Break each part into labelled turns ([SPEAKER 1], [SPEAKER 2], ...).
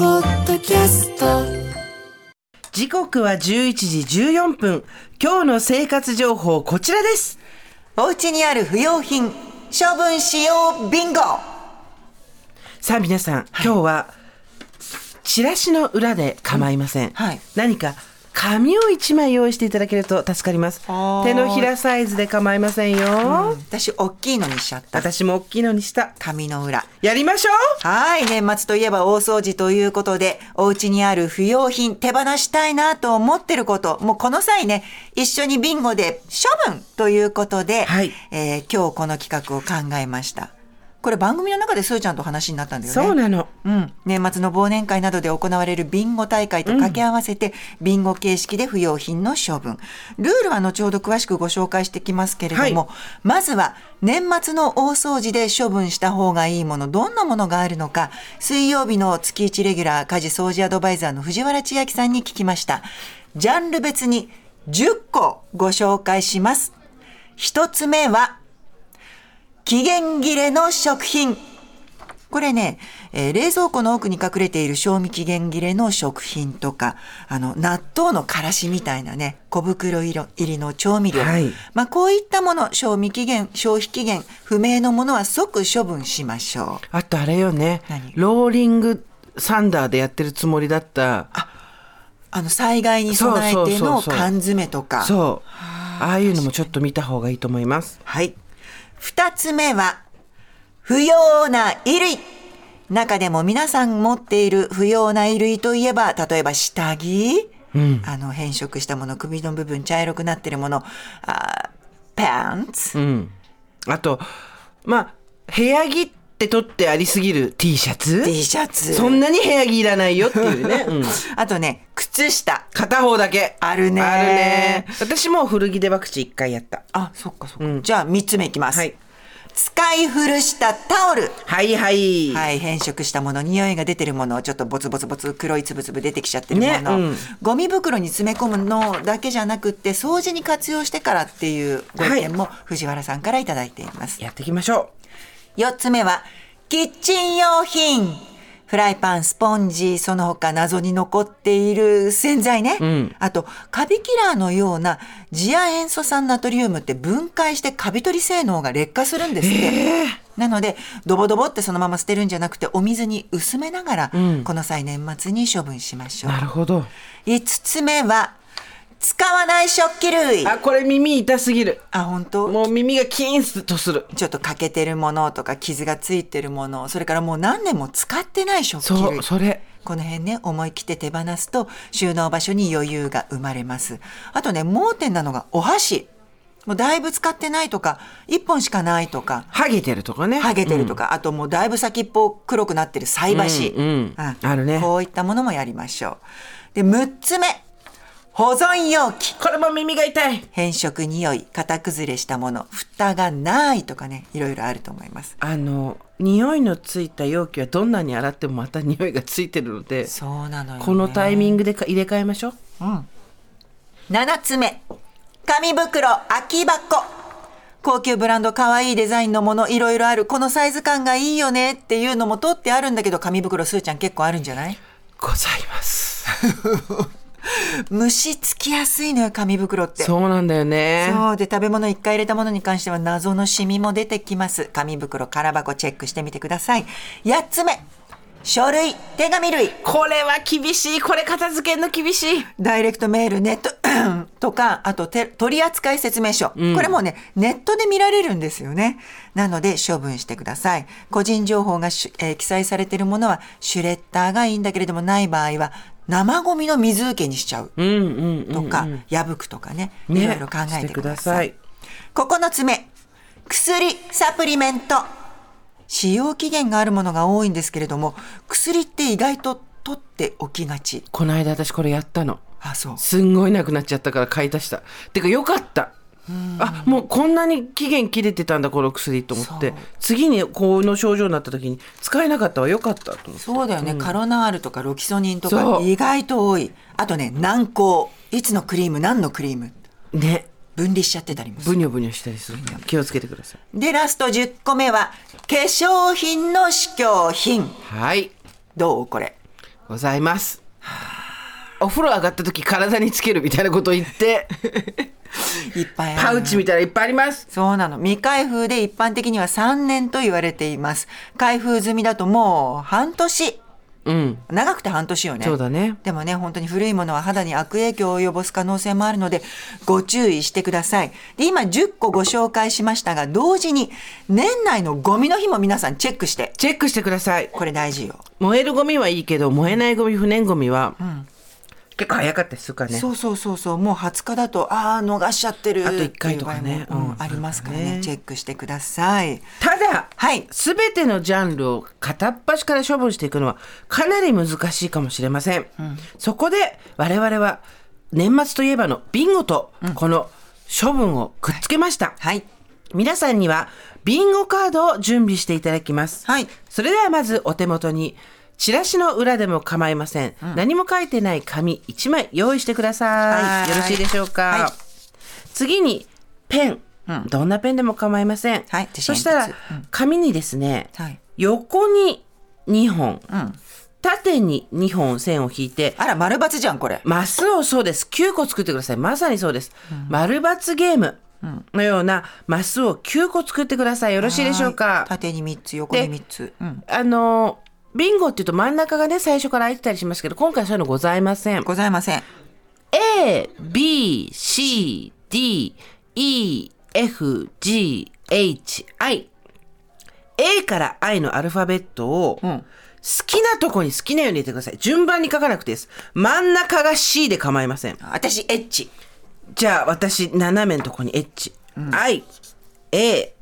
[SPEAKER 1] キャスト
[SPEAKER 2] 時刻は11時14分。今日の生活情報こちらです。
[SPEAKER 3] お家にある不要品、処分しようビンゴ
[SPEAKER 2] さあ皆さん、今日は、チラシの裏で構いません。
[SPEAKER 3] はい
[SPEAKER 2] 何か、紙を一枚用意していただけると助かります。
[SPEAKER 3] あー
[SPEAKER 2] 手のひらサイズで構いませんよ。
[SPEAKER 3] 私、大きいのにしちゃった。
[SPEAKER 2] 私も大きいのにした。
[SPEAKER 3] 紙の裏。
[SPEAKER 2] やりましょう
[SPEAKER 3] はい、年末といえば大掃除ということで、お家にある不要品、手放したいなと思ってること、もうこの際ね、一緒にビンゴで処分ということで、
[SPEAKER 2] はい
[SPEAKER 3] えー今日この企画を考えました。これ番組の中ですーちゃんと話になったんだよね。
[SPEAKER 2] そうなの。
[SPEAKER 3] うん、年末の忘年会などで行われるビンゴ大会と掛け合わせて、ビンゴ形式で不要品の処分ルールは後ほど詳しくご紹介してきますけれども、
[SPEAKER 2] は
[SPEAKER 3] まずは年末の大掃除で処分した方がいいものどんなものがあるのか水曜日の月1レギュラー家事掃除アドバイザーの藤原千秋さんに聞きましたジャンル別に10個ご紹介します一つ目は期限切れの食品これね、えー冷蔵庫の奥に隠れている賞味期限切れの食品とか、あの、納豆のからしみたいなね、小袋入りの調味料。
[SPEAKER 2] はい
[SPEAKER 3] まあ、こういったもの、賞味期限、消費期限、不明のものは即処分しましょう。
[SPEAKER 2] あとあれよね
[SPEAKER 3] 何。
[SPEAKER 2] ローリングサンダーでやってるつもりだった。
[SPEAKER 3] あの、災害に備え
[SPEAKER 2] そうそう
[SPEAKER 3] て
[SPEAKER 2] そう
[SPEAKER 3] の
[SPEAKER 2] そう
[SPEAKER 3] 缶詰とか。
[SPEAKER 2] そう。ああいうのもちょっと見た方がいいと思います。
[SPEAKER 3] はい。二つ目は、不要な衣類。中でも皆さん持っている不要な衣類といえば、例えば下着、あの変色したもの、首の部分茶色くなってるもの、あパンツ、
[SPEAKER 2] うん。あと、まあ、部屋着って取ってありすぎる T シャツ
[SPEAKER 3] T シャツ、
[SPEAKER 2] そんなに部屋着いらないよっていう ね。うん
[SPEAKER 3] あとね、靴下。
[SPEAKER 2] 片方だけ。
[SPEAKER 3] あるね
[SPEAKER 2] あるね。私も古着でワクチン一回やった。
[SPEAKER 3] あ、そっかそっか。じゃあ三つ目いきます。
[SPEAKER 2] はい
[SPEAKER 3] 使い古したタオル。
[SPEAKER 2] はいはい。
[SPEAKER 3] はい、変色したもの、匂いが出てるもの、ちょっとボツボツボツ、黒いつぶつぶ出てきちゃってるもの、
[SPEAKER 2] ねうん
[SPEAKER 3] ゴミ袋に詰め込むのだけじゃなくって、掃除に活用してからっていうご意見も藤原さんからいただいています。
[SPEAKER 2] やっていきましょ
[SPEAKER 3] 4つ目は、キッチン用品。フライパン、スポンジ、その他謎に残っている洗剤ね。あと、カビキラーのような次亜塩素酸ナトリウムって分解してカビ取り性能が劣化するんですって。なので、ドボドボってそのまま捨てるんじゃなくて、お水に薄めながら、この際年末に処分しまし
[SPEAKER 2] う。
[SPEAKER 3] ょう。
[SPEAKER 2] なるほど。
[SPEAKER 3] 5つ目は、使わない食器類。
[SPEAKER 2] あ、これ耳痛すぎる。
[SPEAKER 3] あ、本当
[SPEAKER 2] もう耳がキーンとする。
[SPEAKER 3] ちょっと欠けてるものとか傷がついてるものそれからもう何年も使ってない食器
[SPEAKER 2] そ
[SPEAKER 3] 類
[SPEAKER 2] う、それ。
[SPEAKER 3] この辺ね思い切って手放すと収納場所に余裕が生まれますあとね盲点なのがお箸もうだいぶ使ってないとか1本しかないとか
[SPEAKER 2] ハゲてるとかね。
[SPEAKER 3] ハゲてるとか、あともうだいぶ先っぽ黒くなってる菜箸、
[SPEAKER 2] うんうんあるね
[SPEAKER 3] こういったものもやりましょうで6つ目保存容器
[SPEAKER 2] これも耳が痛い。
[SPEAKER 3] 変色匂い型崩れしたもの蓋がないとかねいろいろあると思います
[SPEAKER 2] あの、匂いのついた容器はどんなに洗ってもまた匂いがついてるので、
[SPEAKER 3] そうなのよ、ね。
[SPEAKER 2] このタイミングでか入れ替えましょう。
[SPEAKER 3] 7つ目。紙袋、空き箱。高級ブランド、可愛いデザインのもの、いろいろある。このサイズ感がいいよねっていうのも取ってあるんだけど、紙袋、すーちゃん結構あるんじゃない
[SPEAKER 2] ござい ます。
[SPEAKER 3] 虫つきやすいのよ、紙袋って。
[SPEAKER 2] そうなんだよね。
[SPEAKER 3] そうで食べ物1回入れたものに関しては謎のシミも出てきます紙袋空箱チェックしてみてください8つ目書類手紙類
[SPEAKER 2] これは厳しい。これ片付けんの厳しい。
[SPEAKER 3] ダイレクトメール、ネット とか、あとて取扱説明書、これもね、ネットで見られるんですよね。なので処分してください。個人情報がし、えー記載されているものはシュレッダーがいいんだけれどもない場合は、生ゴミの水受けにしちゃう
[SPEAKER 2] うんうんうん。
[SPEAKER 3] とか、破くとかね、
[SPEAKER 2] ね
[SPEAKER 3] いろいろ考えてください。
[SPEAKER 2] してく
[SPEAKER 3] 9つ目、薬、サプリメント。使用期限があるものが多いんですけれども、薬って意外と取っておきがち。
[SPEAKER 2] この間私これやったの。
[SPEAKER 3] あ、そう。
[SPEAKER 2] すんごいなくなっちゃったから買い足した。てかよかった。あもうこんなに期限切れてたんだこの薬と思って
[SPEAKER 3] そう
[SPEAKER 2] 次にこの症状になった時に使えなかったわよかったと思って
[SPEAKER 3] そうだよね、カロナールとかロキソニンと
[SPEAKER 2] そ
[SPEAKER 3] か
[SPEAKER 2] う
[SPEAKER 3] 意外と多いあとね軟膏いつのクリーム何のクリーム
[SPEAKER 2] ね
[SPEAKER 3] 分離しちゃってたりもす
[SPEAKER 2] ブ
[SPEAKER 3] る
[SPEAKER 2] ニョブニョしたりするから気をつけてください
[SPEAKER 3] でラスト10個目は化粧品の試供品
[SPEAKER 2] はい
[SPEAKER 3] どうこれ
[SPEAKER 2] ございますお風呂上がった時体につけるみたいなこと言って
[SPEAKER 3] いっぱいあ
[SPEAKER 2] パ
[SPEAKER 3] る
[SPEAKER 2] ウチみたいないっぱいあります
[SPEAKER 3] そうなの未開封で一般的には3年と言われています開封済みだともう半年
[SPEAKER 2] うん
[SPEAKER 3] 長くて半年よね
[SPEAKER 2] そうだね
[SPEAKER 3] でもね本当に古いものは肌に悪影響を及ぼす可能性もあるのでご注意してくださいで今10個ご紹介しましたが同時に年内のゴミの日も皆さんチェックして
[SPEAKER 2] チェックしてください
[SPEAKER 3] これ大事よ、
[SPEAKER 2] 燃えるゴミはいいけど燃えないゴミ不燃ゴミは、結構早かったりするからね
[SPEAKER 3] そうそうそうそうもう20日だとああ逃しちゃってる
[SPEAKER 2] あと一回とかね
[SPEAKER 3] っていう場合もうん
[SPEAKER 2] うん
[SPEAKER 3] ありますから
[SPEAKER 2] そうだ
[SPEAKER 3] ね
[SPEAKER 2] ね
[SPEAKER 3] チェックしてください
[SPEAKER 2] ただ
[SPEAKER 3] はい
[SPEAKER 2] 全てのジャンルを片っ端から処分していくのはかなり難しいかもしれません、そこで我々は年末といえばのビンゴとこの処分をくっつけました、
[SPEAKER 3] はい
[SPEAKER 2] 皆さんにはビンゴカードを準備していただきます、
[SPEAKER 3] はい
[SPEAKER 2] それではまずお手元にチラシの裏でも構いません、何も書いてない紙1枚用意してくださ
[SPEAKER 3] はい
[SPEAKER 2] いよろしいでしょうか、
[SPEAKER 3] はい
[SPEAKER 2] 次にペン、どんなペンでも構いません、
[SPEAKER 3] はい手
[SPEAKER 2] そ
[SPEAKER 3] 写
[SPEAKER 2] し
[SPEAKER 3] 真
[SPEAKER 2] たら
[SPEAKER 3] 鉛筆
[SPEAKER 2] 紙にですね、
[SPEAKER 3] はい
[SPEAKER 2] 横に2本、縦に2本線を引いて
[SPEAKER 3] あら丸×じゃんこれ
[SPEAKER 2] マスをそうです9個作ってくださいまさにそうです、丸×ゲームのようなマスを9個作ってくださいよろしいでしょう
[SPEAKER 3] は
[SPEAKER 2] か
[SPEAKER 3] い縦に3つ横に3つ、うん、
[SPEAKER 2] あのービンゴっていうと真ん中がね最初から空いてたりしますけど今回そういうのございません
[SPEAKER 3] ございません
[SPEAKER 2] A B C D E F G H I A から I のアルファベットを好きなとこに好きなように入れてください順番に書かなくていいです真ん中が C で構いません
[SPEAKER 3] 私エッチ
[SPEAKER 2] じゃあ私斜めのとこに H、I A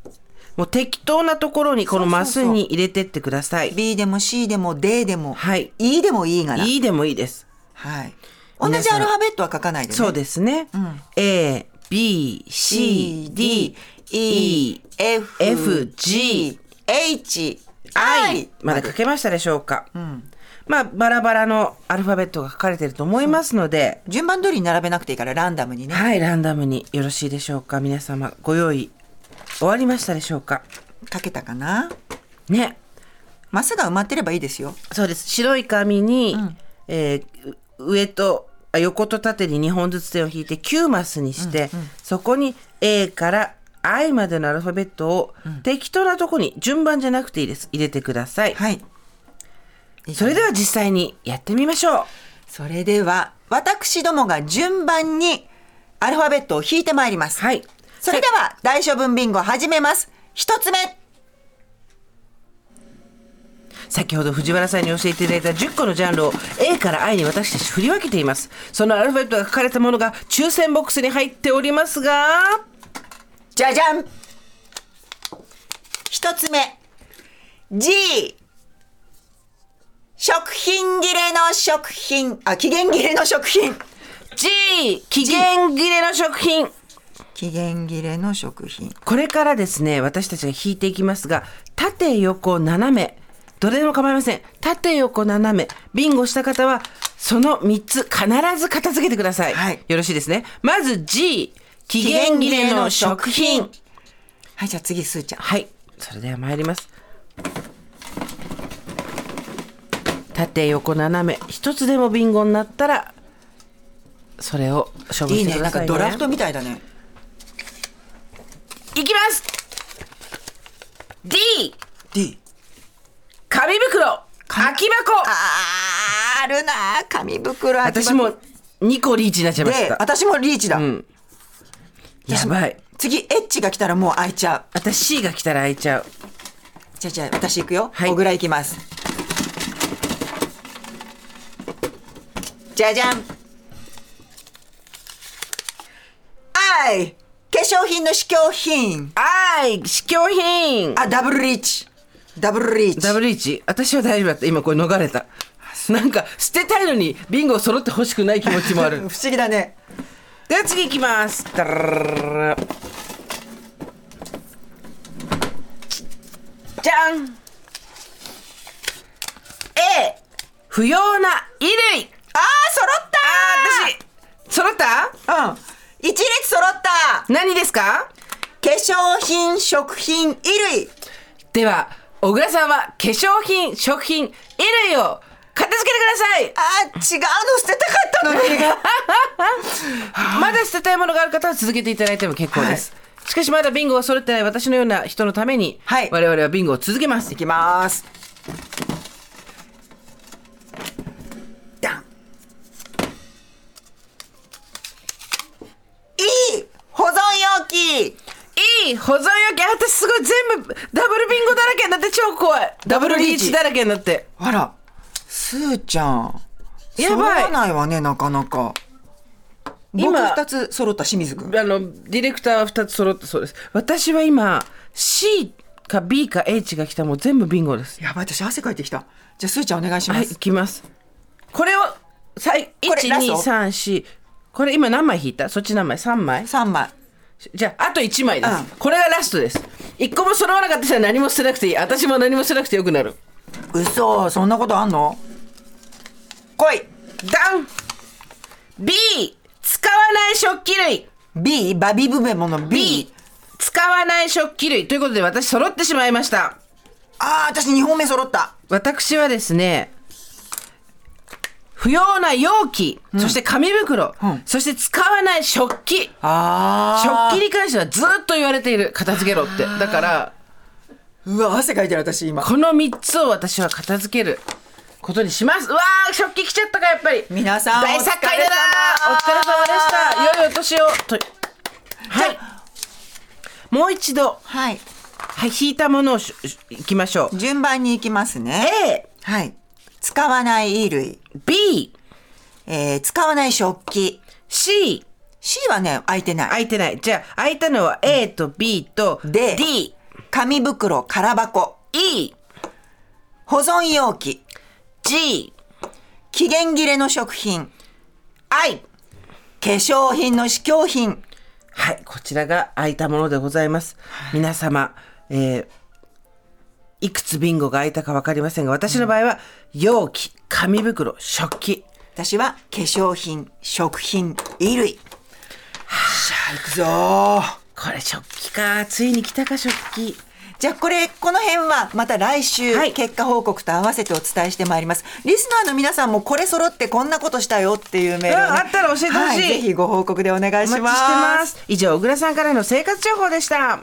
[SPEAKER 2] もう適当なところにこのマスに入れてってください
[SPEAKER 3] B でも C でも D でも、
[SPEAKER 2] はい
[SPEAKER 3] E でもいいがな
[SPEAKER 2] E でもいいです
[SPEAKER 3] はい同
[SPEAKER 2] 皆
[SPEAKER 3] じ
[SPEAKER 2] さん
[SPEAKER 3] アルファベットは書かないでね
[SPEAKER 2] そうですね、A B C D E
[SPEAKER 3] F
[SPEAKER 2] F G
[SPEAKER 3] H
[SPEAKER 2] I
[SPEAKER 3] I
[SPEAKER 2] まで書けましたでしょうか、まあバラバラのアルファベットが書かれていると思いますので、
[SPEAKER 3] 順番通りに並べなくていいからランダムにね
[SPEAKER 2] はいランダムによろしいでしょうか皆様ご用意終わりましたでしょうか
[SPEAKER 3] 書けたかな
[SPEAKER 2] ね
[SPEAKER 3] マスが埋まってればいいですよ
[SPEAKER 2] そうです白い紙に、えーう上とあ横と縦に2本ずつ線を引いて9マスにして、そこに A から I までのアルファベットを適当なとこに順番じゃなくていいです入れてください、
[SPEAKER 3] はい
[SPEAKER 2] それでは実際にやってみましょう
[SPEAKER 3] それでは私どもが順番にアルファベットを引いてまいります
[SPEAKER 2] はい
[SPEAKER 3] それでは大処分ビンゴ始めます一つ目
[SPEAKER 2] 先ほど藤原さんに教えていただいた10個のジャンルを A から I に私たち振り分けていますそのアルファベットが書かれたものが抽選ボックスに入っておりますが
[SPEAKER 3] じゃじゃん一つ目 G 食品切れの食品あ期限切れの食品
[SPEAKER 2] G 期限切れの食品
[SPEAKER 3] 期限切れの食品
[SPEAKER 2] これからですね私たちが引いていきますが縦横斜めどれでも構いません縦横斜めビンゴした方はその3つ必ず片付けてください、
[SPEAKER 3] はい
[SPEAKER 2] よろしいですねまず G 期限切れの食品
[SPEAKER 3] はいじゃあ次すーちゃん
[SPEAKER 2] はいそれでは参ります縦横斜め一つでもビンゴになったらそれを処分
[SPEAKER 3] いい
[SPEAKER 2] して
[SPEAKER 3] ね
[SPEAKER 2] く
[SPEAKER 3] な
[SPEAKER 2] ださ
[SPEAKER 3] ん
[SPEAKER 2] い、
[SPEAKER 3] か
[SPEAKER 2] ね、
[SPEAKER 3] ドラフトみたいだね
[SPEAKER 2] いきます D
[SPEAKER 3] D
[SPEAKER 2] 紙袋空き箱
[SPEAKER 3] あーあるなー紙袋空き箱
[SPEAKER 2] 私も2個リーチになっちゃいまし
[SPEAKER 3] で
[SPEAKER 2] た
[SPEAKER 3] 私もリーチだ、
[SPEAKER 2] やばい
[SPEAKER 3] 次エッチが来たらもう開いちゃう
[SPEAKER 2] 私 C が来たら開いちゃう
[SPEAKER 3] じゃあじゃあ私行くよ
[SPEAKER 2] はい
[SPEAKER 3] 小倉行きますじゃじゃんあい化粧品の試供品
[SPEAKER 2] あい試供品
[SPEAKER 3] あダブルリーチダブルリーチ
[SPEAKER 2] ダブルリーチ私は大丈夫だった今これ逃れたなんか捨てたいのにビンゴ揃ってほしくない気持ちもある
[SPEAKER 3] 不思議だね
[SPEAKER 2] では次いきますダラララララじゃん A 不要な衣類
[SPEAKER 3] あー揃った
[SPEAKER 2] あー私揃った
[SPEAKER 3] ー私うん一列揃った
[SPEAKER 2] 何ですか
[SPEAKER 3] 化粧品食品衣類
[SPEAKER 2] では小倉さんは化粧品食品衣類を片付けてください
[SPEAKER 3] あー違うの捨てたかったの にが
[SPEAKER 2] まだ捨てたいものがある方は続けていただいても結構です。しかしまだビンゴが揃ってない私のような人のために、
[SPEAKER 3] はい
[SPEAKER 2] 我々はビンゴを続けます。
[SPEAKER 3] いきますダンいい保存容器
[SPEAKER 2] いい保存容器あ私すごい全部ダブルビンゴだらけになって超怖いダブルリーチだらけになって
[SPEAKER 3] あらすーちゃん
[SPEAKER 2] やばい
[SPEAKER 3] 揃わないわねなかなか
[SPEAKER 2] 今
[SPEAKER 3] 僕二つ揃った清水くん
[SPEAKER 2] あのディレクターは2つ揃ったそうです私は今 C か B か H が来たらもう全部ビンゴです
[SPEAKER 3] やばい私汗かいてきたじゃあすーちゃんお願いしま
[SPEAKER 2] はい
[SPEAKER 3] す
[SPEAKER 2] いきますこれを
[SPEAKER 3] これラスト
[SPEAKER 2] 1234これ今何枚引いたそっち何枚 ?3 枚
[SPEAKER 3] 三、枚
[SPEAKER 2] じゃああと1枚です、
[SPEAKER 3] うん
[SPEAKER 2] これがラストです1個も揃わなかったら何も捨てなくていい私も何も捨てなくてよくなる
[SPEAKER 3] 嘘そんなことあんの来い
[SPEAKER 2] ダン B 使わない食器類
[SPEAKER 3] B バビブベモの B,
[SPEAKER 2] B 使わない食器類ということで私揃ってしまいました
[SPEAKER 3] ああ私二本目揃った
[SPEAKER 2] 私はですね不要な容器、そして紙袋、
[SPEAKER 3] うん
[SPEAKER 2] そして使わない食器
[SPEAKER 3] あ
[SPEAKER 2] 食器
[SPEAKER 3] 食器
[SPEAKER 2] に関してはずっと言われている片付けろってだから
[SPEAKER 3] うわ汗かいてる私今
[SPEAKER 2] この3つを私は片付けることにしますうわー食器来ちゃったかやっぱり
[SPEAKER 3] 皆さん
[SPEAKER 2] 大
[SPEAKER 3] お疲れ様
[SPEAKER 2] 作会だなお疲れ様でした良いお年をとはいもう一度
[SPEAKER 3] はい
[SPEAKER 2] はい引いたものをししいきましょう
[SPEAKER 3] 順番に行きますね
[SPEAKER 2] A
[SPEAKER 3] はい使わない衣類、
[SPEAKER 2] B
[SPEAKER 3] えー、使わない食器
[SPEAKER 2] C
[SPEAKER 3] C はね空いてない
[SPEAKER 2] 空いてないじゃあ空いたのは A と B と
[SPEAKER 3] D
[SPEAKER 2] D
[SPEAKER 3] 紙袋空箱
[SPEAKER 2] E
[SPEAKER 3] 保存容器
[SPEAKER 2] G
[SPEAKER 3] 期限切れの食品
[SPEAKER 2] I
[SPEAKER 3] 化粧品の試供品
[SPEAKER 2] はい、こちらが空いたものでございます。皆様、えーいくつビンゴが空いたかわかりませんが、私の場合は、容器、紙袋、食器。
[SPEAKER 3] 私は化粧品食品衣類さあ行くぞ
[SPEAKER 2] これ食器か。ついに来たか、食器。
[SPEAKER 3] じゃあこれこの辺はまた来週
[SPEAKER 2] はい
[SPEAKER 3] 結果報告と合わせてお伝えしてまいります、リスナーの皆さんもこれ揃ってこんなことしたよっていうメールをね、
[SPEAKER 2] うんあったら教えてほしい
[SPEAKER 3] はぜひご報告でお願い
[SPEAKER 2] お待
[SPEAKER 3] し
[SPEAKER 2] ちして
[SPEAKER 3] ます
[SPEAKER 2] ます。以上、小倉さんからの生活情報でした。